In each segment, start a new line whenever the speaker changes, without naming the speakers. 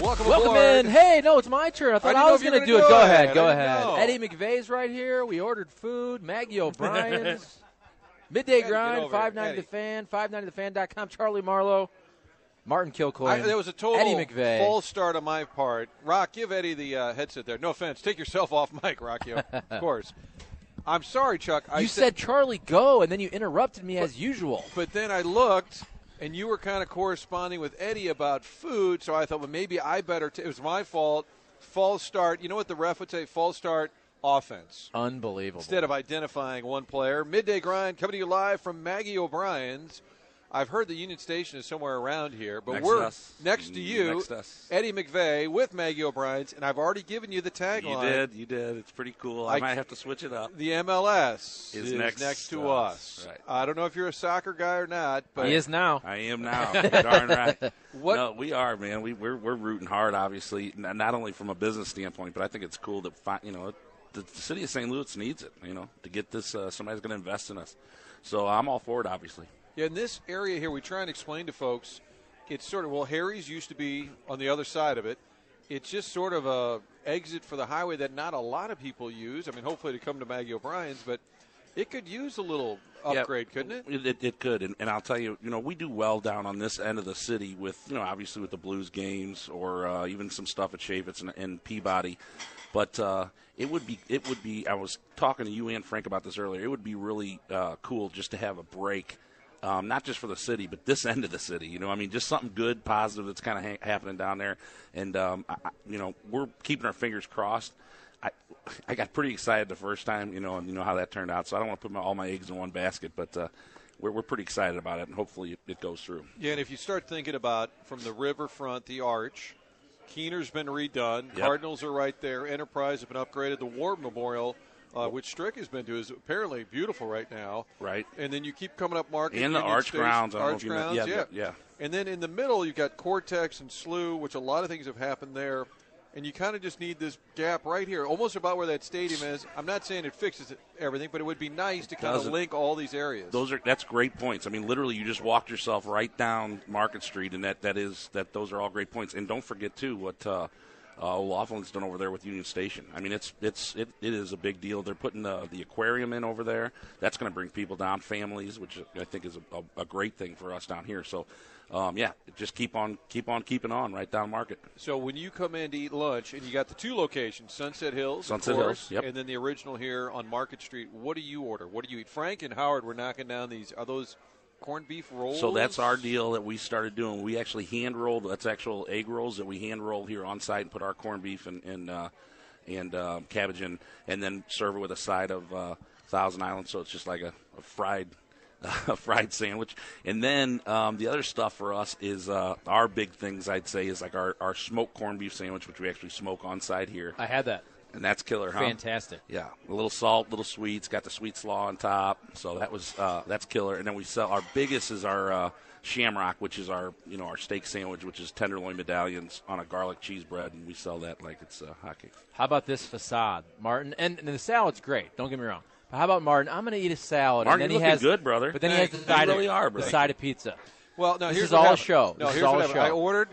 Welcome,
Welcome
aboard.
in. Hey, no, it's my turn. I
I
thought
didn't
I,
know
was
if you
going to
were
do it.
gonna do
Go
it. I
ahead. Go
didn't
ahead.
know.
Eddie McVeigh's right here. We ordered food. Maggie O'Brien's. Midday
get
Grind,
over here,
590
Eddie.
The Fan, 590TheFan.com. Charlie Marlowe, Martin Kilcoy.
I, there was a total
Eddie McVeigh.
false start on my part. Rock, give Eddie the uh, headset there. No offense. Take yourself off mic, Rockio. of course. I'm sorry, Chuck. I
you said, Charlie, go, and then you interrupted me as usual.
but then I looked, and you were kind of corresponding with Eddie about food. So I thought, well, maybe I better. T- it was my fault. False start. You know what the ref would say? False start offense.
Unbelievable.
Instead of identifying one player, midday grind coming to you live from Maggie O'Brien's. I've heard the Union Station is somewhere around here, but
Next
we're
to us.
next to you,
Next to us.
Eddie McVeigh with Maggie O'Brien's, and I've already given you the
You
tagline.
did, you did. It's pretty cool. I,
I-
might have to switch it up.
The MLS
Is next
to
to
us.
us. Right.
I don't know if you're a soccer guy or not, but
he is now.
I am now. Darn right.
What-
No, we are, man. We, we're we're rooting hard, obviously, n- not only from a business standpoint, but I think it's cool that fi- you know the, the city of St. Louis needs it. You know, to get this, uh, somebody's going to invest in us. So I'm all for it, obviously.
Yeah, in this area here, we try and explain to folks, it's sort of well, Harry's used to be on the other side of it. It's just sort of a exit for the highway that not a lot of people use. I mean, hopefully to come to Maggie O'Brien's, but it could use a little
Yeah.
upgrade, couldn't it?
It, it, it could, and, and I'll tell you, you know, we do well down on this end of the city with, you know, obviously with the Blues games or uh, even some stuff at Chaffetz and, and Peabody, but uh, it would be, it would be. I was talking to you and Frank about this earlier. It would be really uh, cool just to have a break, um, not just for the city, but this end of the city. You know, I mean, just something good, positive that's kind of ha- happening down there, and um, I, I- you know, we're keeping our fingers crossed. I, I got pretty excited the first time, you know, and you know how that turned out. So I don't want to put my, all my eggs in one basket, but uh, we're, we're pretty excited about it, and hopefully it, it goes through.
Yeah, and if you start thinking about from the riverfront, the arch, Keener's been redone.
Yep.
Cardinals are right there. Enterprise has been upgraded. The War Memorial, uh, which Strick has been to, is apparently beautiful right now.
Right.
And then you keep coming up Market
And the
Union
arch
Station-
grounds, I don't know
Arch
if you meant-
grounds,
yeah,
yeah,
yeah, yeah.
And then in the middle, you've got Cortex and Slough, which a lot of things have happened there. And you kind of just need this gap right here, almost about where that stadium is. I'm not saying it fixes it- everything, but it would be nice to kind of
doesn't.
link all these areas.
Those are that's great points. I mean, literally, you just walked yourself right down Market Street, and that that is that. Those are all great points, and don't forget too what uh, uh, O'Loughlin's done over there with Union Station. I mean, it's it's it, it is a big deal. They're putting the the aquarium in over there. That's going to bring people down, families, which I think is a, a, a great thing for us down here. So, um, yeah, just keep on keep on keeping on right down Market.
So when you come in to eat lunch, and you got the two locations, Sunset Hills, of
Sunset
course,
Hills, yep.
and then the original here on Market Street. What do you order? What do you eat? Frank and Howard were knocking down these. Are those corned beef rolls?
So that's our deal that we started doing. We actually hand rolled. That's actual egg rolls that we hand roll here on site and put our corned beef and and, uh, and uh, cabbage in, and then serve it with a side of uh, Thousand Island. So it's just like a, a fried. A fried sandwich, and then um, the other stuff for us is uh, our big things. I'd say is like our, our smoked corned beef sandwich, which we actually smoke on site here,
I had that.
and that's killer, huh?
Fantastic.
Yeah, a little salt, little sweets. Got the sweet slaw on top, so that was uh, that's killer. And then we sell our biggest is our uh, shamrock, which is our you know our steak sandwich, which is tenderloin medallions on a garlic cheese bread, and we sell that like it's uh, hotcakes.
How about this facade, Martin? And, and the salad's great. Don't get me wrong. But how about Martin? I'm going to eat a salad.
Martin,
and
you
then he
looking
has
good, brother.
But then he has
Thanks.
the
You
side
really
of
are,
the
brother.
side of pizza.
Well, no,
This
here's
is
what
all
happened.
show.
No,
This is
here's
all
what happened.
show.
I ordered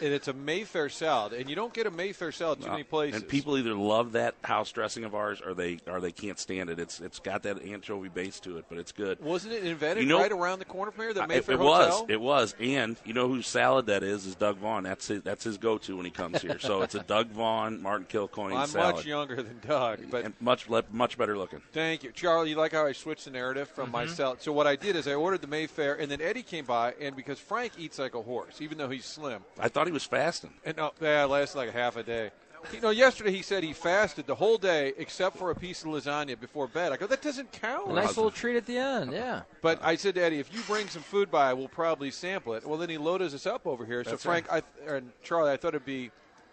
and it's a Mayfair salad, and you don't get a Mayfair salad too many places.
And people either love that house dressing of ours, or they or they can't stand it. It's it's got that anchovy base to it, but it's good.
wasn't it invented
You know-
right around the corner from here? The
I-
Mayfair
it, it
Hotel.
was, it was, and you know whose salad that is is Doug Vaughn. That's his, that's his go-to when he comes here. So it's a Doug Vaughn Martin Kilcoyne
I'm
salad.
much younger than Doug, but
and much le- much better looking.
Thank you, Charlie. You like how I switched the narrative from
Mm-hmm.
myself? So what I did is I ordered the Mayfair, and then Eddie came by, and because Frank eats like a horse, even though he's slim,
I thought he was fasting.
and uh, that lasted like a half a day. You know, yesterday he said he fasted the whole day except for a piece of lasagna before bed. I go, that doesn't count.
A nice little treat at the end, yeah.
But I said to Eddie, if you bring some food by, we'll probably sample it. Well, then he loaded us up over here. so
That's
Frank I, or Charlie, I thought it'd be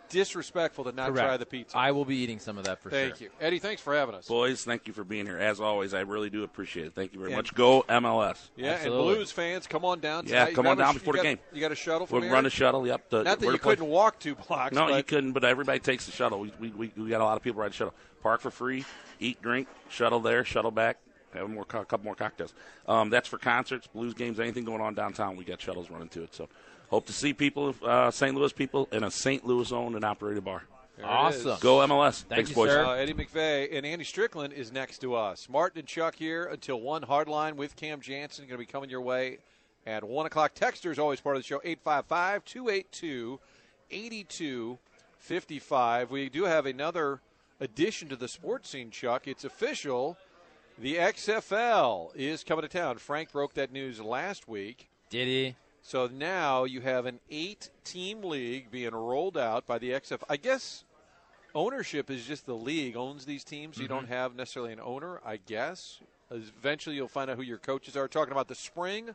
disrespectful to not try the pizza.
I will be eating some of that for sure.
Thank you, Eddie. Thanks for having us.
Boys, thank you for being here. As always, I really do appreciate it. Thank you very
And-
much. Go MLS.
Yeah,
Absolutely.
and Blues fans, come on down.
Yeah,
Tonight. You
come on
got a-
down
you
before the
got-
game.
You got a shuttle from
We'll
here?
run a shuttle. Yep. The,
Not that
we're
you
to play-
couldn't walk two blocks.
No,
but
you couldn't. But everybody takes the shuttle. We, we, we, we got a lot of people ride the shuttle. Park for free. Eat, drink. Shuttle there. Shuttle back. Have more co- couple more cocktails. Um, that's for concerts, blues games, anything going on downtown. We got shuttles running to it. So hope to see people, uh, St. Louis people, in a St. Louis owned and operated bar.
There it
Awesome.
is.
Go MLS. Thanks,
you,
boys.
sir.
Uh, Eddie McVeigh and Andy Strickland is next to us. Martin and Chuck here until one hardline with Cam Jansen going to be coming your way at one o'clock. Texter is always part of the show 855 282 8255. We do have another addition to the sports scene, Chuck. It's official. The XFL is coming to town. Frank broke that news last week.
Did he?
So now you have an eight team league being rolled out by the XF. I guess ownership is just the league owns these teams. You don't have necessarily an owner, I guess. As- Eventually you'll find out who your coaches are. Talking about the spring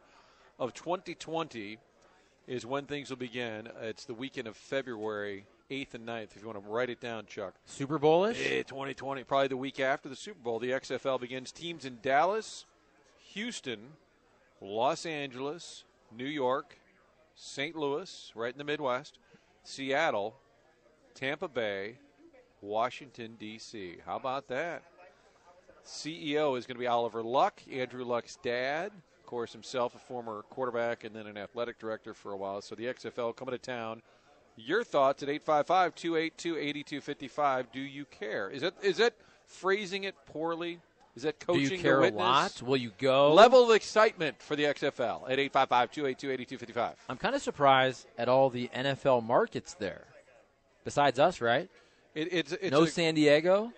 of 2020 is when things will begin. It's the weekend of February 8th and 9th, if you want to write it down, Chuck.
Super Bowlish?
Eh, 2020, probably the week after the Super Bowl, the XFL begins. Teams in Dallas, Houston, Los Angeles, New York, St. Louis, right in the Midwest, Seattle, Tampa Bay, Washington, D.C. How about that? CEO is going to be Oliver Luck, Andrew Luck's dad. Of course, himself a former quarterback and then an athletic director for a while. So the XFL coming to town. Your thoughts at 855 282 8255. Do you care? Is that, is that phrasing it poorly? Is that
Do
coaching
you care
the
a
witness?
lot? Will you go?
Level of excitement for the XFL at 855 282 8255.
I'm kind of surprised at all the NFL markets there. Besides us, right?
It, it's it's
no
a-
San Diego.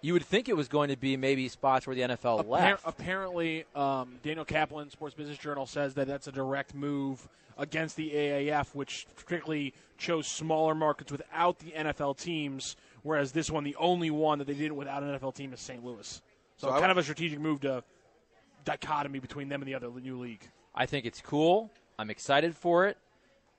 You would think it was going to be maybe spots where the NFL
Appar-
left.
apparently, um, Daniel Kaplan, Sports Business Journal, says that that's a direct move against the AAF, which particularly chose smaller markets without the NFL teams, whereas this one, the only one that they did without an NFL team, is St. Louis.
So
So,
I
kind
w-
of a strategic move to dichotomy between them and the other new league.
I think it's cool. I'm excited for it.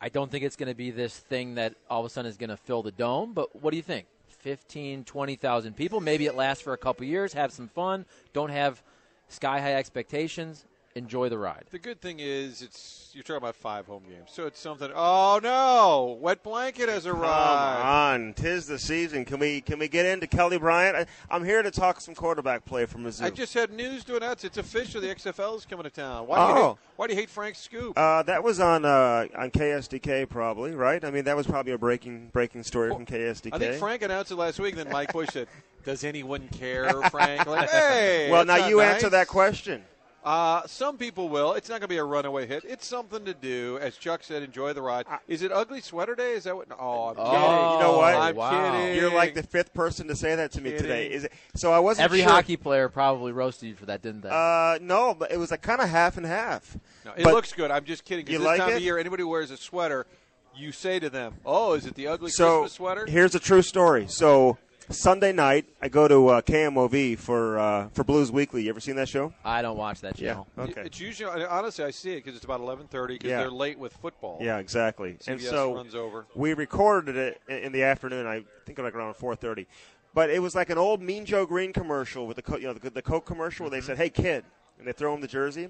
I don't think it's going to be this thing that all of a sudden is going to fill the dome, but what do you think? 15, 20,000 people. Maybe it lasts for a couple years, have some fun, don't have sky high expectations, enjoy the ride.
the good thing is it's you're talking about five home games, so it's something. Oh no, wet blanket has
Come
arrived.
on, tis the season. Can we can we get into Kelly Bryant? I, I'm here to talk some quarterback play from Mizzou.
I just had news to announce. It's official. The XFL is coming to town. Why do you hate,
Oh.
why do you hate Frank Scoop?
uh, that was on uh, on KSDK probably right. I mean that was probably a breaking breaking story from KSDK.
I think Frank announced it last week. Then Mike Bush said, "Does anyone care, Frank?" Like, hey.
well,
that's
now
not
you
nice.
answer that question.
Uh, some people will. It's not going to be a runaway hit. It's something to do, as Chuck said. Enjoy the ride. is it ugly sweater day? Is that what? Oh, I'm kidding.
you know what?
I'm
wow.
kidding.
You're like the fifth person to say that to me
Kidding.
today. Is it? So I wasn't
Every
sure.
hockey player probably roasted you for that, didn't they?
Uh, no, but it was like kind of half and half.
No, it
But-
looks good. I'm just kidding. 'cause
You
this
like
time of
it?
year, anybody who wears a sweater, you say to them, "Oh, is it the ugly
so
Christmas sweater?"
here's a true story. So Sunday night, I go to uh, KMOV for uh, for Blues Weekly. You ever seen that show?
I don't watch that channel.
Okay.
It's usually and honestly, I see it because it's about 11:30 because
Yeah.
they're late with football.
Yeah, exactly. and
CBS
so
runs over.
we recorded it i- in the afternoon. I think like around four thirty, but it was like an old Mean Joe Green commercial with the co- you know the, the Coke commercial
Mm-hmm.
where they said, "Hey kid," and they throw him the jersey.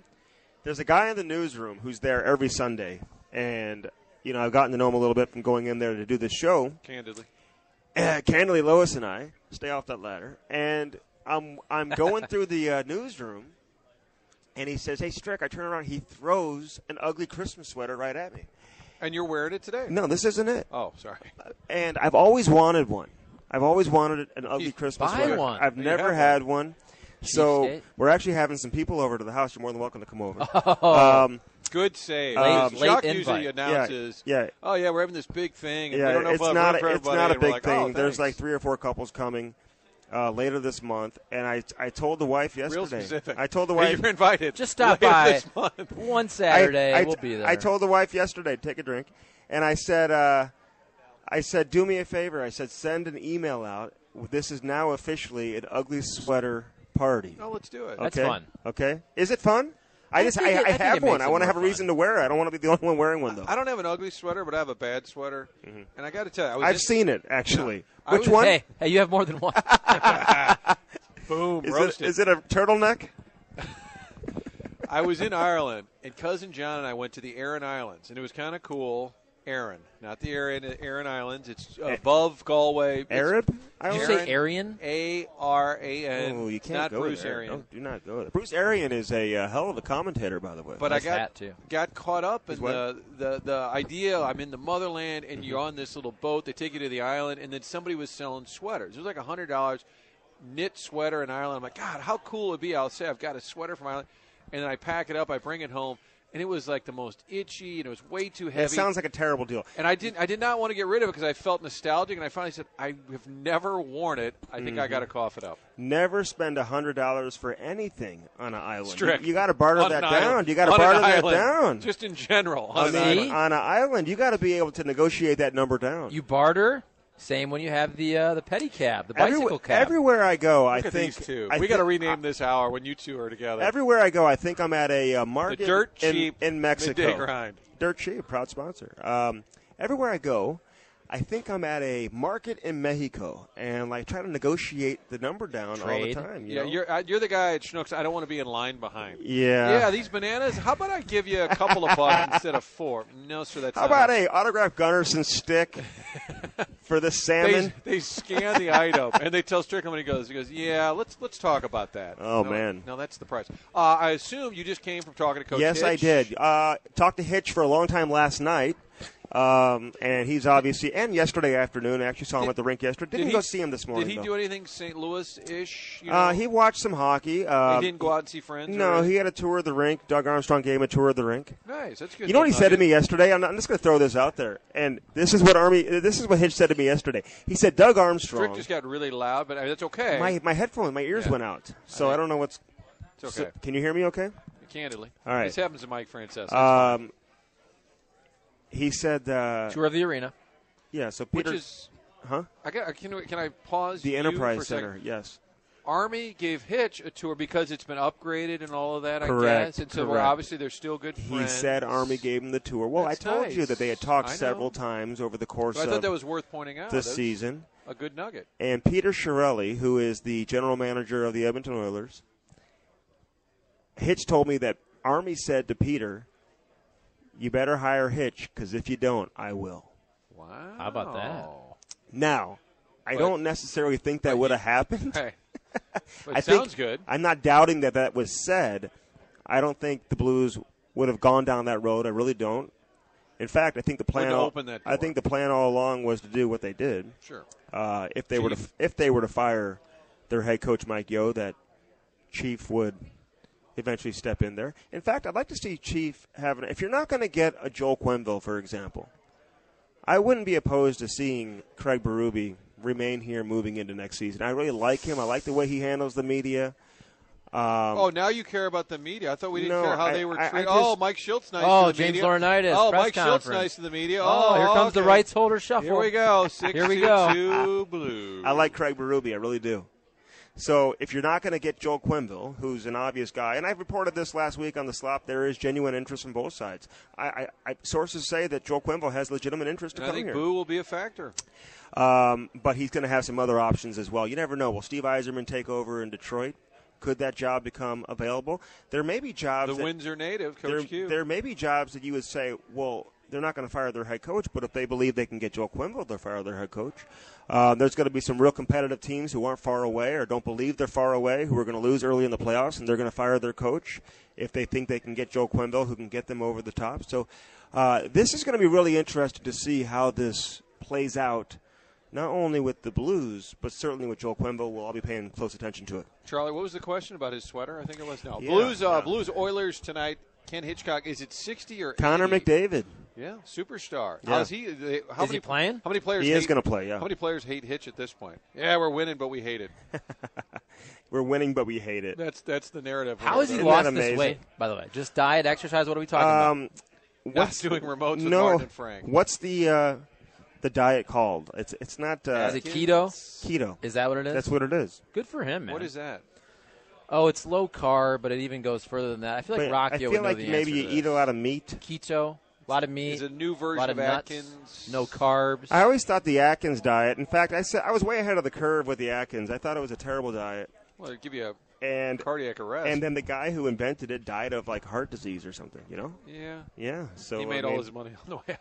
There's a guy in the newsroom who's there every Sunday, and you know I've gotten to know him a little bit from going in there to do this show.
Candidly,
Uh, Candidly, Lois and I stay off that ladder, and I'm I'm going through the uh, newsroom, and he says, "Hey, Strick." I turn around, he throws an ugly Christmas sweater right at me,
And you're wearing it today?
No, this isn't it.
Oh, sorry.
And I've always wanted one. I've always wanted an ugly Christmas
buy
sweater.
one.
I've
You
never
have
had one. So
Cheapskate.
we're actually having some people over to the house. You're more than welcome to come over.
Oh.
Um,
Good save.
Um,
Chuck
late
usually
invite.
announces,
Yeah, yeah.
oh, yeah, we're having this big thing. And we don't know
yeah,
if
it's
we'll have
not
room for
a, it's
everybody."
not a
And we're
big
like,
thing.
"Oh,
There's like
thanks."
three or four couples coming uh, later this month, and I I told the wife yesterday.
Real specific.
I told the
Hey,
wife
you're invited.
Just stop
later
by
this month.
one
I-
Saturday.
I,
we'll be there.
I told the wife yesterday, take a drink, and I said, uh, I said, do me a favor. I said, send an email out. This is now officially an ugly sweater party.
No, let's do it.
That's
okay?
fun.
Okay, is it fun? I,
I
just
think
I,
it-
I
I think
have
it makes
one. I
it
want to
more
have a
fun.
reason to wear it. I don't want to be the only one wearing one though.
I don't have an ugly sweater, but I have a bad sweater, and I got to tell you, I was
Mm-hmm. I've
just-
seen it actually.
I
Which
was-
one?
hey, hey, you have more than one.
boom
is it
roasted.
is it a turtleneck?
I was in Ireland, and cousin John and I went to the Aran Islands, and it was kind of cool. Aran, not the Aran Aran Islands. It's above Galway. It's
Arab? I
Did you
don't-
say Aryan?
A R A N.
Oh, you can't
not
go
Bruce
there.
Arian.
Don't, do not go there. Bruce Arian is a uh, hell of a commentator, by the way.
But
Nice
I got
hat, too.
got caught up in
what?
the, the the idea. I'm in the motherland, and you're on this little boat. They take you to the island, and then somebody was selling sweaters. It was like a hundred dollars knit sweater in Ireland. I'm like, God, how cool it'd be! I'll say I've got a sweater from Ireland, and then I pack it up, I bring it home, and it was like the most itchy, and it was way too heavy.
it sounds like a terrible deal.
and I didn't. I did not want to get rid of it because I felt nostalgic, and I finally said, "I have never worn it. I think I
Mm-hmm.
got to cough it up."
Never spend hundred dollars for anything on an island.
Strict.
You, got to barter
On
that
an
down.
island.
You got to
On an
barter that
island.
down.
Just in general. On an
on, an-
island.
See?
on an island, you got to be able to negotiate that number down.
You barter. Same when you have the uh, the pedicab, the bicycle
everywhere,
cab.
everywhere I go, I
Look at
think
these two.
I
we got to
think-
rename this hour when you two are together.
Everywhere I go, I think I'm at a uh, market
the dirt
in,
cheap
in Mexico.
midday grind.
Dirt Cheap, proud sponsor. Um, everywhere I go, I think I'm at a market in Mexico and like try to negotiate the number down
Trade.
all the time. you
yeah,
know?
you're uh, you're the guy at Schnucks. I don't want to be in line behind.
Yeah.
Yeah, these bananas. How about I give you a couple of bucks instead of four? No, sir. That's
How
not
about a autograph Gunnarsson stick for the
They,
salmon?
they scan the item and they tell Strickland when he goes. He goes, yeah, let's let's talk about that.
Oh,
No,
man.
no, that's the price. Uh, I assume you just came from talking to Coach.
yes, I
Hitch.
did. Uh, talked to Hitch for a long time last night, um, and he's obviously and yesterday afternoon. I actually saw him
Did-
at the rink yesterday. Didn't
he-
go see him this morning.
Did he
though.
do anything St. Louis-ish? You know?
Uh, he watched some hockey. Um,
He didn't go out and see friends.
No,
or
he had a tour of the rink. Doug Armstrong gave him a tour of the rink.
nice. That's good.
You know what he said to
Nugget.
me yesterday? I'm, I'm just going to throw this out there, and this is what Army. This is what Hitch said to me yesterday. He said Doug
Strick
Armstrong.
just got really loud, but I mean, that's okay.
My my headphone, my ears
Yeah.
went out, so I, don't know what's.
it's okay.
so- can you hear me? Okay.
Candidly.
All right.
This happens to Mike Francesa.
Um, he said, uh,
Tour of the arena.
yeah. So
which
Peter,
is,
huh?
I got, can, can I pause?
The
you for
Enterprise
a second?
Center. Yes.
Army gave Hitch a tour because it's been upgraded and all of that, I
Correct,
guess. And so we're
correct.
obviously they're still good
He
friends.
said Army gave him the tour. Well,
That's
I told you
nice.
that they had talked
I know.
several times over the course
So I thought
of
that was worth pointing out.
the
That's
season.
A good nugget.
and Peter Shirelli, who is the general manager of the Edmonton Oilers, Hitch told me that Army said to Peter, "You better hire Hitch because if you don't, I will."
Wow.
How about that?
Now, I
But-
don't necessarily think that would have happened.
Hey. But
I
it sounds
think,
good.
I'm not doubting that that was said. I don't think the Blues would have gone down that road. I really don't. In fact, I think the plan.
to
all-
open that
I think the
door.
plan all along was to do what they did
Sure.
uh, if they were to if they were to fire their head coach Mike Yo, that Chief would eventually step in there. In fact, I'd like to see Chief have an. If you're not going to get a Joel Quenville, for example, I wouldn't be opposed to seeing Craig Berube remain here moving into next season. I really like him. I like the way he handles the media.
oh, now you care about the media. I thought we didn't
Um, No,
care how
I-
they were
I- I
treated.
just-
oh, Mike Schultz nice to
Oh,
the
James
media.
Laurinaitis,
Oh,
press
Mike Schultz
conference.
nice to the media.
Oh, here comes the
okay.
rights holder shuffle.
Here we go. Six
Here we
to
go.
two blue.
I like Craig Berube. I really do. So if you're not going to get Joel Quenville, who's an obvious guy, and I reported this last week on the slop, there is genuine interest from both sides. I, I, I sources say that Joel Quenville has legitimate interest to
And I
come
think
here,
Boo will be a factor.
um, but he's going to have some other options as well. You never know. Will Steve Eiserman take over in Detroit? Could that job become available? There may be jobs.
The
that,
Windsor native, Coach
there,
Q.
there may be jobs that you would say, well, they're not going to fire their head coach, but if they believe they can get Joe Quinville, they'll fire their head coach. Uh, there's going to be some real competitive teams who aren't far away or don't believe they're far away who are going to lose early in the playoffs, and they're going to fire their coach if they think they can get Joe Quinville, who can get them over the top. So uh, this is going to be really interesting to see how this plays out, not only with the Blues, but certainly with Joe Quinville. We'll all be paying close attention to it.
Charlie, what was the question about his sweater? I think it was no.
Yeah,
Blues, uh,
yeah.
Blues Oilers tonight. Ken Hitchcock, is it sixty or
Connor
80?
McDavid.
Yeah, superstar.
Yeah.
How's he? they- How
Is
many
he playing?
How many players?
He is
hate-
gonna play, yeah.
How many players hate Hitch at this point? Yeah, we're winning, but we hate it.
We're winning, but we hate it.
That's that's the narrative.
How is he
Isn't
lost
that
this
amazing?
weight? By the way, just diet, exercise. What are we talking about?
Um,
Not doing remotes with
no,
Martin and Frank.
What's the uh, the diet called? It's it's not uh,
Is it keto?
keto.
Is that what it is?
That's what it is.
Good for him, man.
What is that?
Oh, it's low carb, but it even goes further than that. I feel like
But
Rocky
I feel
would know
like
the
maybe
answer
you
to
eat a
this.
lot of meat.
keto, a lot of meat,
Is it a new
a
version
lot of
of
nuts,
Atkins?
no carbs.
I always thought the Atkins diet. In fact, I said I was way ahead of the curve with the Atkins. I thought it was a terrible diet.
Well, it'd give you a
And
cardiac arrest.
and then the guy who invented it died of like heart disease or something. You know?
yeah,
Yeah. So
he
I
made all
mean,
his money on the way.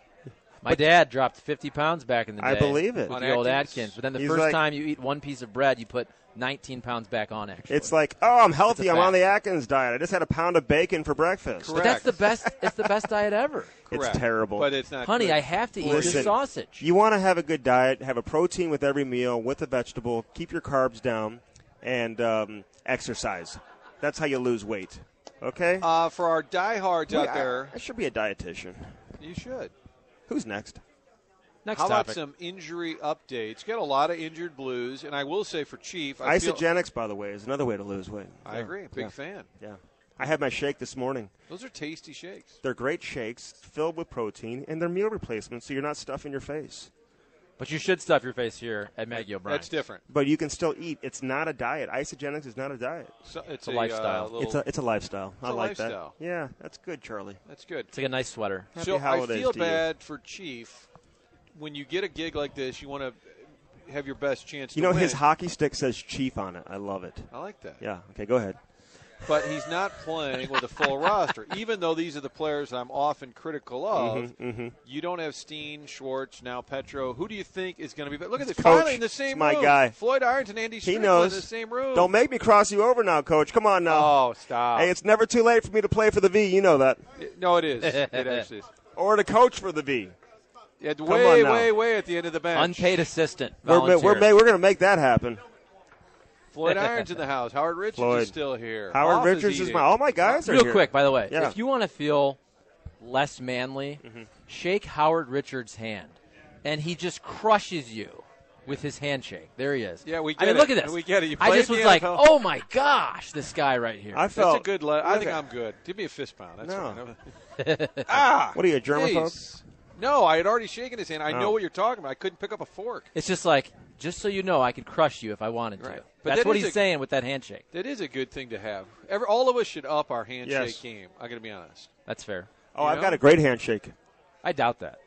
My dad dropped 50 pounds back in the day.
I believe it.
With
On
the old
Atkins.
Atkins. But then the
He's
first
like-
time you eat one piece of bread, you put 19 pounds back on, actually.
It's like, oh, I'm healthy.
It's a
I'm on
fact.
the Atkins diet. I just had a pound of bacon for breakfast.
But
Correct.
that's the best. It's the best diet ever.
It's
Correct.
terrible.
but it's not.
Honey,
good.
I have to eat
Listen,
this sausage.
You want to have a good diet, have a protein with every meal, with a vegetable, keep your carbs down, and um, exercise. That's how you lose weight. Okay?
Uh, for our diehards
Wait,
out
I-
there,
I, should be a dietitian.
you should.
Who's next?
Next
How about
topic.
some injury updates? Got a lot of injured Blues, and I will say for Chief, I feel-
Isogenics, by the way, is another way to lose weight.
I
Yeah.
agree, big
yeah.
fan.
Yeah. I had my shake this morning.
Those are tasty shakes.
They're great shakes filled with protein, and they're meal replacements, so you're not stuffing your face.
but you should stuff your face here at Maggie O'Brien.
That's different.
But you can still eat. It's not a diet. Isogenics is not a diet.
So, it's, a,
a lifestyle.
Uh, little,
It's a, it's a lifestyle. I
a
like
lifestyle.
that. Yeah, that's good, Charlie.
that's good.
It's like a nice sweater.
Happy
so
holidays
I feel
to you.
bad for Chief. When you get a gig like this, you want to have your best chance.
You
to
know, his
win.
hockey stick says chief on it. I love it.
I like that.
Yeah. Okay, go ahead.
But he's not playing with a full roster. Even though these are the players that I'm often critical of,
Mm-hmm,
you don't have Steen, Schwartz, now Petro. Who do you think is going to be? Look at this.
Coach.
Finally in the
It's
same
my
room.
guy.
Floyd Ironton, Andy
He
Strickland
knows.
in the same room.
Don't make me cross you over now, coach. Come on now.
Oh, stop.
Hey, it's never too late for me to play for the V. You know that.
no, it is. It actually is.
Or to coach for the V.
Yeah,
on
way,
now.
way, way at the end of the bench.
Unpaid assistant.
We're, ma-
volunteer.
we're, ma- we're going to make that happen.
Floyd Irons in the house. Howard Richards
Floyd.
is still here.
Howard
Hoff
Richards is
eating.
my. All my guys are
Real
here.
quick, by the way,
Yeah.
if you want to feel less manly,
Mm-hmm.
shake Howard Richards' hand, and he just crushes you with his handshake. There he is.
Yeah, we get
I mean, look
it.
at this.
We get it. You
I
played
just
in
was
the
like,
NFL.
oh my gosh, this guy right here.
I
That's
felt
a good. Le- I
look
think
at-
I'm good. Give me a fist pound. That's
No. Ah,
fine. Ah,
What are you, a germaphobe?
Jeez. No, I had already shaken his hand. I know
Oh.
what you're talking about. I couldn't pick up a fork.
it's just like, just so you know, I could crush you if I wanted to.
Right. But
That's
that
what
is
he's
a-
saying with that handshake.
That is a good thing to have. Every, all of us should up our handshake
Yes.
game. I'm going to be honest.
That's fair.
Oh,
You
I've
know?
got a great handshake.
I doubt that.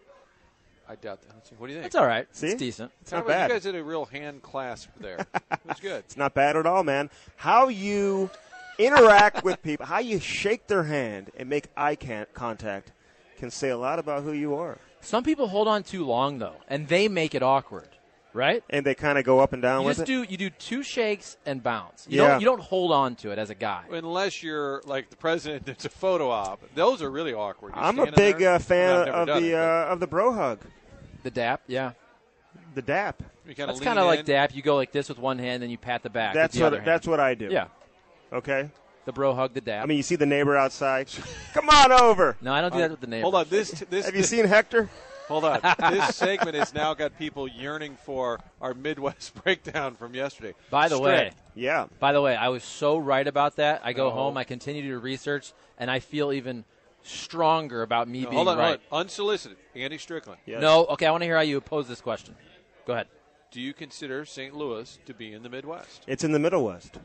I doubt that. Let's see. What do you think?
It's all right.
See?
It's decent.
It's not
How about
bad.
You guys did a real hand clasp there. it was good.
It's not bad at all, man. How you interact with people, how you shake their hand and make eye can- contact can say a lot about who you are.
Some people hold on too long though, and they make it awkward, right?
And they kind of go up and down
You
with
just
it.
do you do two shakes and bounce. You
Yeah.
don't you don't hold on to it as a guy.
Unless you're like the president, it's a photo op. Those are really awkward. You're
I'm a
standing
big
there.
uh,
I mean,
fan
I've never
of
done
the
it, but
uh, of the bro hug,
The dap, yeah.
the dap.
you kinda
That's
lean
kind of like
in.
dap. You go like this with one hand, then you pat the back.
That's
with the
what
other hand.
that's what I do.
Yeah,
Okay.
the bro hug, the dap.
I mean, you see the neighbor outside. Come on over.
no, I don't do that with the neighbor.
uh, Hold on, this this
Have you seen Hector?
Hold on. this segment has now got people yearning for our Midwest breakdown from yesterday.
By the way,
Strick,
Yeah.
by the way, I was so right about that. I go
No.
home, I continue to research, and I feel even stronger about me being
hold on,
right.
hold on. Unsolicited, Andy Strickland.
Yes.
No, okay, I want to hear how you oppose this question. Go ahead.
Do you consider St. Louis to be in the Midwest?
It's in the Middle West.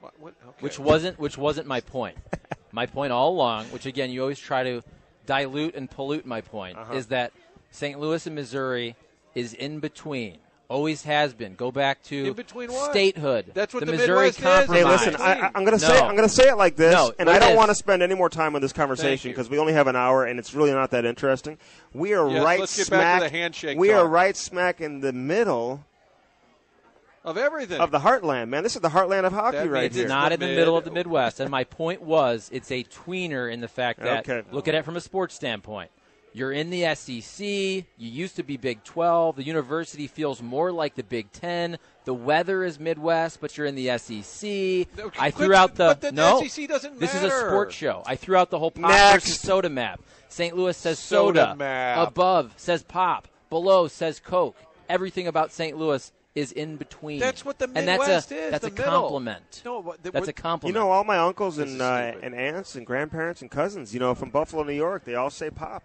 What, what- okay.
which wasn't which wasn't my point. my point all along, which again you always try to
Uh-huh.
dilute and pollute my point, is that St. Louis and Missouri is in between Always has been. Go back to
In between what?
statehood.
That's what the
Missouri
Midwest is. Hey,
Compromise.
Hey,
Hey, listen,
Right.
I, I- I'm going to say
No.
I'm going to say it like this,
No,
and I
it
don't
is.
want to spend any more time on this conversation
you.
because we only have an hour, and it's really not that interesting. We are
Yes,
right
let's get
smack.
back to the handshake
we
talk.
are right smack in the middle
of everything.
of the heartland, man. This is the heartland of hockey
That
right
means
It's
here.
Here's
not
the
in the
mid-
middle of the Midwest. And my point was, it's a tweener in the fact that
Okay.
look at it from a sports standpoint. You're in the SEC. You used to be Big 12. The university feels more like the Big 10. The weather is Midwest, but you're in the SEC.
No,
I
quit-
threw out the
but the
no.
SEC doesn't
This is a
matter.
sports show. I threw out the whole pop
Next.
versus soda map. St. Louis says
Soda
soda.
map.
Above says pop. Below says Coke. Everything about St. Louis is in between.
That's what the
and that's
Midwest
a,
is,
That's
the
a
middle.
compliment.
No, what- the-
that's
what-
a compliment.
You know, all my uncles
is
and uh,
stupid.
and aunts and grandparents and cousins, you know, from Buffalo, New York, they all say pop.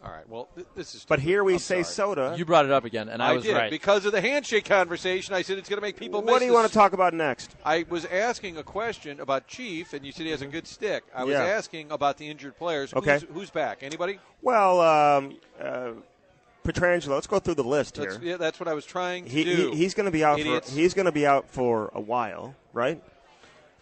All right. Well, th- this is.
But here we
I'm
say
sorry.
soda.
you brought it up again, and I,
I
was
did
right.
because of the handshake conversation. I said it's going to make people.
what
miss
do you
this.
want to talk about next?
I was asking a question about Chief, and you said he has a good stick. I was
Yeah.
asking about the injured players.
Okay.
Who's, who's back? Anybody?
Well, um, uh, Petrangelo, let's go through the list here.
That's, yeah, that's what I was trying to
he,
do.
he- he's going to be out. For,
Idiots.
he's going to be out for a while, right?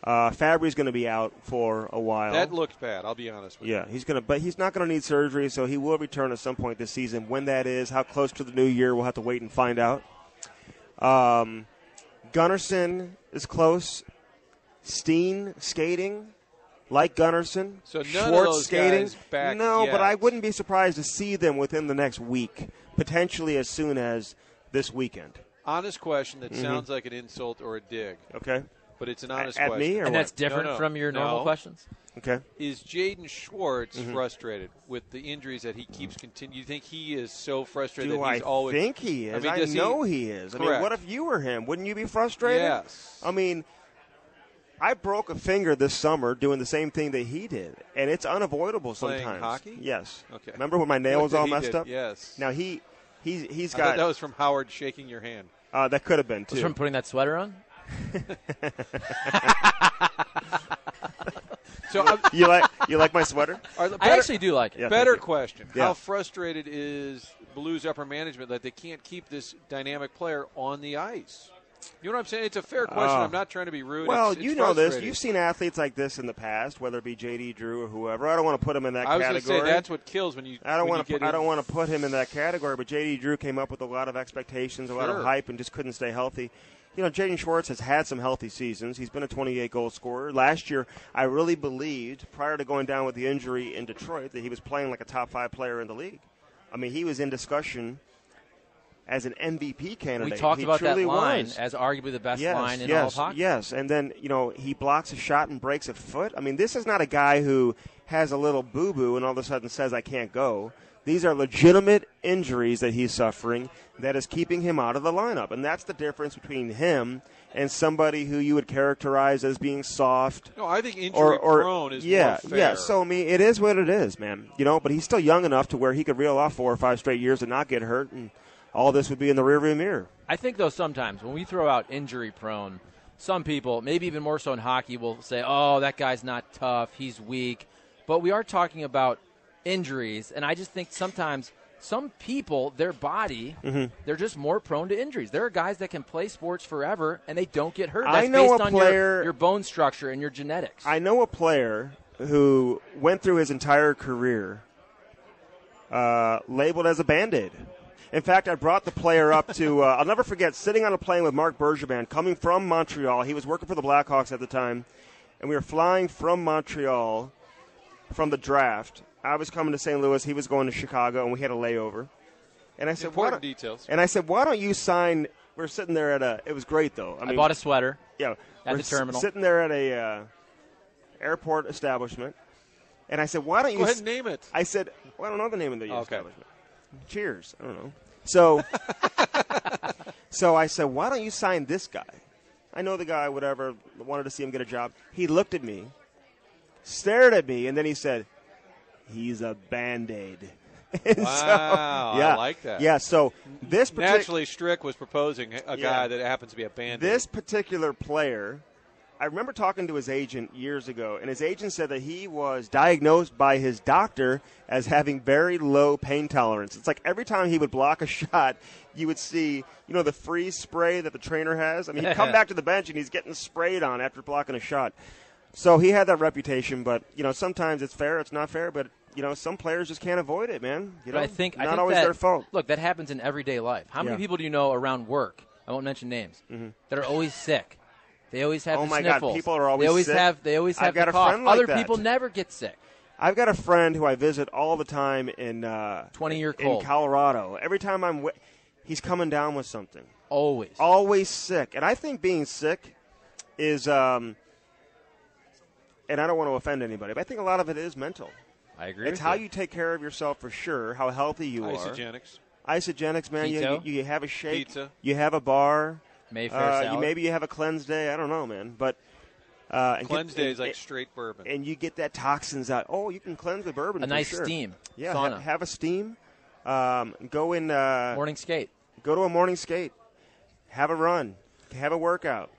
Uh, Fabry's going to be out for a while.
that looked bad. I'll be honest with you.
yeah, he's going to, but he's not going to need surgery, so he will return at some point this season. When that is, how close to the new year, we'll have to wait and find out. Um, Gunnarsson is close. Steen skating, like Gunnarsson.
So none of
Schwartz
those
skating.
guys back
no,
yet.
but I wouldn't be surprised to see them within the next week, potentially as soon as this weekend.
Honest question
Mm-hmm.
that sounds like an insult or a dig,
Okay.
but it's an honest
at
question.
me or
and
what?
that's different
No, no.
from your normal
No.
questions.
okay.
Is Jaden Schwartz
Mm-hmm.
frustrated with the injuries that he keeps continuing? You think he is so frustrated
Do
that
I
he's always
think he is? I,
mean, does
know he, is. I mean,
Correct.
what if you were him? Wouldn't you be frustrated?
Yes.
I mean, I broke a finger this summer doing the same thing that he did, and it's unavoidable
Playing
sometimes.
hockey?
Yes.
Okay.
Remember when my nail
What
was
did
all
he
messed
did?
up?
Yes.
Now he he's he's
I thought
got
that was from Howard shaking your hand.
uh, that could have been too.
Just from putting that sweater on.
So I'm-
you like you like my sweater?
are the
I
better-
actually do like it.
Yeah, thank
Better
you.
question.
Yeah.
How frustrated is Blues upper management that they can't keep this dynamic player on the ice? You know what I'm saying? It's a fair question.
Ah.
I'm not trying to be rude.
Well,
It's- it's
you know this.
frustrating.
You've seen athletes like this in the past, whether it be J.D. Drew or whoever. I don't want to put him in that
I was going to
category.
say that's what kills when you.
I don't want to.
get.
I
in-
don't want to put him in that category. But J.D. Drew came up with a lot of expectations, a lot
Sure.
of hype, and just couldn't stay healthy. You know, Jaden Schwartz has had some healthy seasons. He's been a 28 goal scorer. Last year, I really believed prior to going down with the injury in Detroit that he was playing like a top five player in the league. I mean, he was in discussion as an MVP
We
candidate.
talked
He
about that
truly
line
was
as arguably the best line in
yes,
all of hockey.
Yes, and then you know he blocks a shot and breaks a foot. I mean, this is not a guy who has a little boo boo and all of a sudden says I can't go. These are legitimate injuries that he's suffering that is keeping him out of the lineup, and that's the difference between him and somebody who you would characterize as being soft
No, I think injury
or, or
prone is
yeah,
more fair.
yeah. So I mean, it is what it is, man. You know, but he's still young enough to where he could reel off four or five straight years and not get hurt, and all this would be in the rearview mirror.
I think though sometimes when we throw out injury prone, some people, maybe even more so in hockey, will say, "Oh, that guy's not tough. He's weak." But we are talking about injuries, and I just think sometimes some people, their body,
Mm-hmm.
they're just more prone to injuries. There are guys that can play sports forever and they don't get hurt. That's
I know
based
a
on
player-
your, your bone structure and your genetics.
I know a player who went through his entire career uh, labeled as a band aid. In fact, I brought the player up to, uh, I'll never forget, sitting on a plane with Mark Bergevin coming from Montreal. He was working for the Blackhawks at the time, and we were flying from Montreal from the draft. I was coming to St. Louis, he was going to Chicago, and we had a layover. And I said, why
important
don't,
details.
and I said, why don't you sign? We are sitting there at a, it was great though. I,
I
mean,
bought a sweater.
yeah,
At
we're
the terminal.
sitting there at a uh, airport establishment, and I said, "Why don't you?"
Go ahead
s-
and name it.
I said, well, "I don't know the name of the
Okay.
establishment." Cheers. I don't know. So, so I said, "Why don't you sign this guy?" I know the guy. Whatever. Wanted to see him get a job. He looked at me, stared at me, and then he said, "He's a band aid."
Wow, I
yeah,
like that.
Yeah. So this partic-
Naturally, Strick was proposing a guy
Yeah.
that happens to be a bandit.
this particular player I remember talking to his agent years ago, and his agent said that he was diagnosed by his doctor as having very low pain tolerance. It's like every time he would block a shot, you would see, you know, the freeze spray that the trainer has. I mean, he'd come back to the bench and he's getting sprayed on after blocking a shot. So he had that reputation, but you know, sometimes it's fair, it's not fair, but you know, some players just can't avoid it, man. You know,
But I think
not
I think
always
that,
their fault.
Look, that happens in everyday life. How many
Yeah. Mm-hmm.
people do you know around work? I won't mention names that are always sick. They always have
Oh
the
my God,
sniffles.
people are always
they always
sick.
have they always
I've
have
got
the
a
cough.
friend like
Other
that.
people never get sick.
I've got a friend who I visit all the time in uh,
20-year
in
cold.
Colorado. Every time I'm, wi- he's coming down with something.
Always.
Always sick, and I think being sick is, um, and I don't want to offend anybody, but I think a lot of it is mental.
I agree.
It's
with
how you take care of yourself for sure. How healthy you are.
Isogenics.
Isogenics, man. You,
Keto.
you, you have a shake.
Pizza.
You have a bar.
Mayfair
Uh,
salad.
you, maybe you have a cleanse day. I don't know, man. But uh, and
Cleanse
get-
day is
and-
like straight bourbon.
and you get that toxins out. Oh, you can cleanse with bourbon.
a
for
nice
sure.
steam
Yeah, ha-
sauna
have a steam. Um, go in. Uh,
morning skate.
Go to a morning skate. Have a run. Have a workout.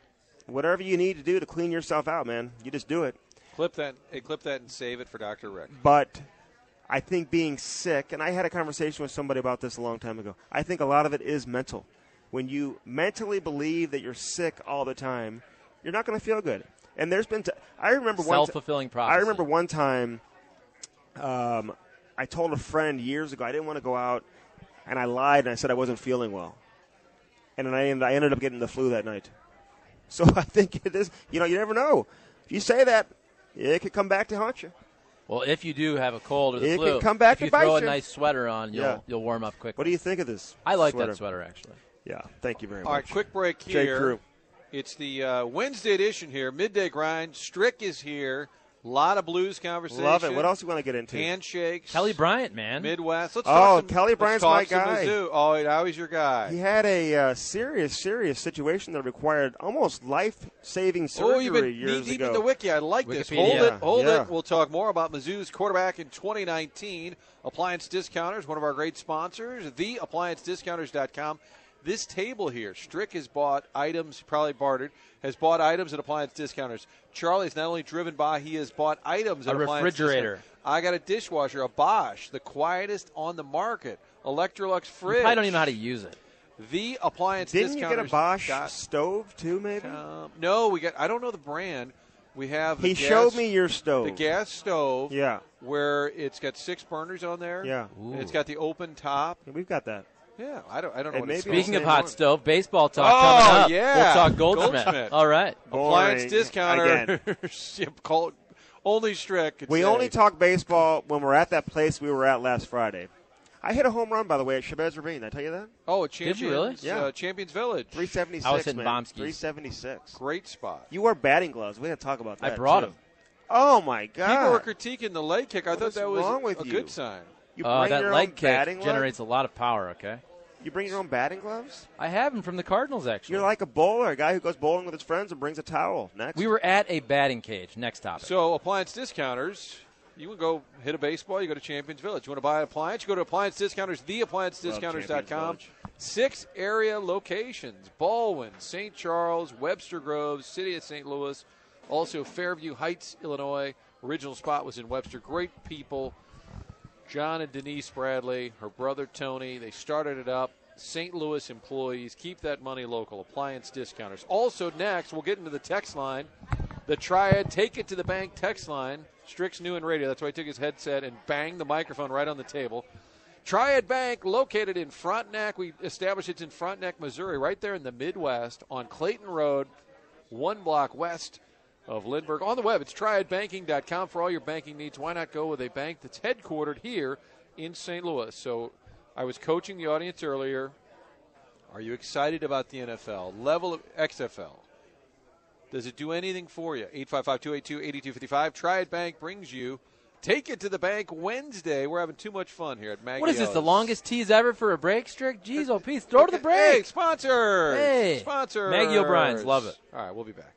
Whatever you need to do to clean yourself out, man, you just do it.
clip that. Hey, clip that and save it for Dr. Rick.
But I think being sick, and I had a conversation with somebody about this a long time ago. I think a lot of it is mental. When you mentally believe that you're sick all the time, you're not going to feel good. And there's been, t- I remember one ti-
Self-fulfilling prophecy.
I remember one time, um, I told a friend years ago I didn't want to go out, and I lied and I said I wasn't feeling well, and then I, end- I ended up getting the flu that night. So I think it is, you know, you never know. If you say that, it could come back to haunt you.
Well, if you do have a cold or the
It
flu,
can come back
if you
and bite
throw a
you.
nice sweater on, you'll
Yeah.
you'll warm up quickly.
What do you think of this?
I like
sweater?
that sweater actually.
Yeah, thank you very
All right,
much.
quick break
J.
here.
Crew.
It's the uh, Wednesday edition here, midday grind. Strick is here. A lot of blues conversation.
Love it. What else you want to get into?
Handshakes.
Kelly Bryant, man.
Midwest. Let's
Oh,
talk some-
Kelly
let's
Bryant's
talk
my
some
guy.
Mizzou. Oh, and how is your guy?
He had a uh, serious, serious situation that required almost life-saving surgery
Oh, you've been knee
years
deep
ago.
in the wiki. I like this.
Wikipedia.
Hold it,
Yeah,
hold
yeah.
it. We'll talk more about Mizzou's quarterback in 2019. Appliance Discounters, one of our great sponsors, theappliancediscounters.com. This table here, Strick has bought items, probably bartered, has bought items at Appliance Discounters. Charlie's not only driven by, he has bought items at
A
Appliance
refrigerator.
Discounters. I got a dishwasher, a Bosch, the quietest on the market. Electrolux
You
fridge.
probably don't even know how to use it.
The appliance
Didn't you get a Bosch
Discounters dot
stove too? Maybe
um, no, we got. I don't know the brand. We have. The
he
gas,
showed me your stove.
the gas stove.
Yeah.
Where it's got six burners on there.
Yeah.
And it's got the open top.
Yeah, We've got that.
Yeah. I don't. I don't know.
And
What it's
maybe-
called.
Speaking of
Same
hot
one.
stove, baseball talk
Oh,
coming up.
yeah.
We'll talk Goldsmith.
Goldsmith.
All right.
appliance
Boring.
discounter.
Again.
Yeah, call- only Strick. could
We
say.
only talk baseball when we're at that place we were at last Friday. I hit a home run, by the way, at Chavez Ravine. Did I tell you that?
Oh, at
you
Champions.
really?
Yeah.
uh, Champions Village.
376.
I was hitting
man.
bombskis.
376.
Great spot.
You wore batting gloves. We had to talk about
I
that.
brought
too.
him.
Oh, my God.
People were critiquing the leg kick. I
What
thought
is
that was
wrong with
a
you?
good sign.
You bring
Uh, that
your
leg
own
kick
batting glove?
generates a lot of power, okay?
You bring your own batting gloves?
I have him from the Cardinals, actually.
You're like a bowler, a guy who goes bowling with his friends and brings a towel. Next.
we were at a batting cage. Next topic.
So appliance discounters, you can go hit a baseball. You go to Champions Village. You want to buy an appliance? You go to appliance discounters, theappliancediscounters.com.
Champions
Six area locations: Baldwin, St. Charles, Webster Groves, City of St. Louis, also Fairview Heights, Illinois. Original spot was in Webster. Great people. John and Denise Bradley, her brother Tony, they started it up. St. Louis employees, keep that money local. Appliance discounters. Also, next, we'll get into the text line. The Triad Take It to the Bank text line. Strix New and Radio. That's why he took his headset and banged the microphone right on the table. Triad Bank, located in Frontenac. We established it's in Frontenac, Missouri, right there in the Midwest on Clayton Road, one block west of Lindbergh. On the web, it's triadbanking.com for all your banking needs. Why not go with a bank that's headquartered here in St. Louis? So I was coaching the audience earlier. Are you excited about the NFL? Level of XFL? Does it do anything for you? 855 282 8255. Triad Bank brings you Take It to the Bank Wednday. We're having too much fun here at Maggie.
what is this, the
Ellis.
longest tease ever for a break, Strick? Jeez, oh, Pete, throw to the
Hey,
break.
sponsors!
Hey.
Sponsors!
Maggie O'Brien's, love it.
All right, we'll be back.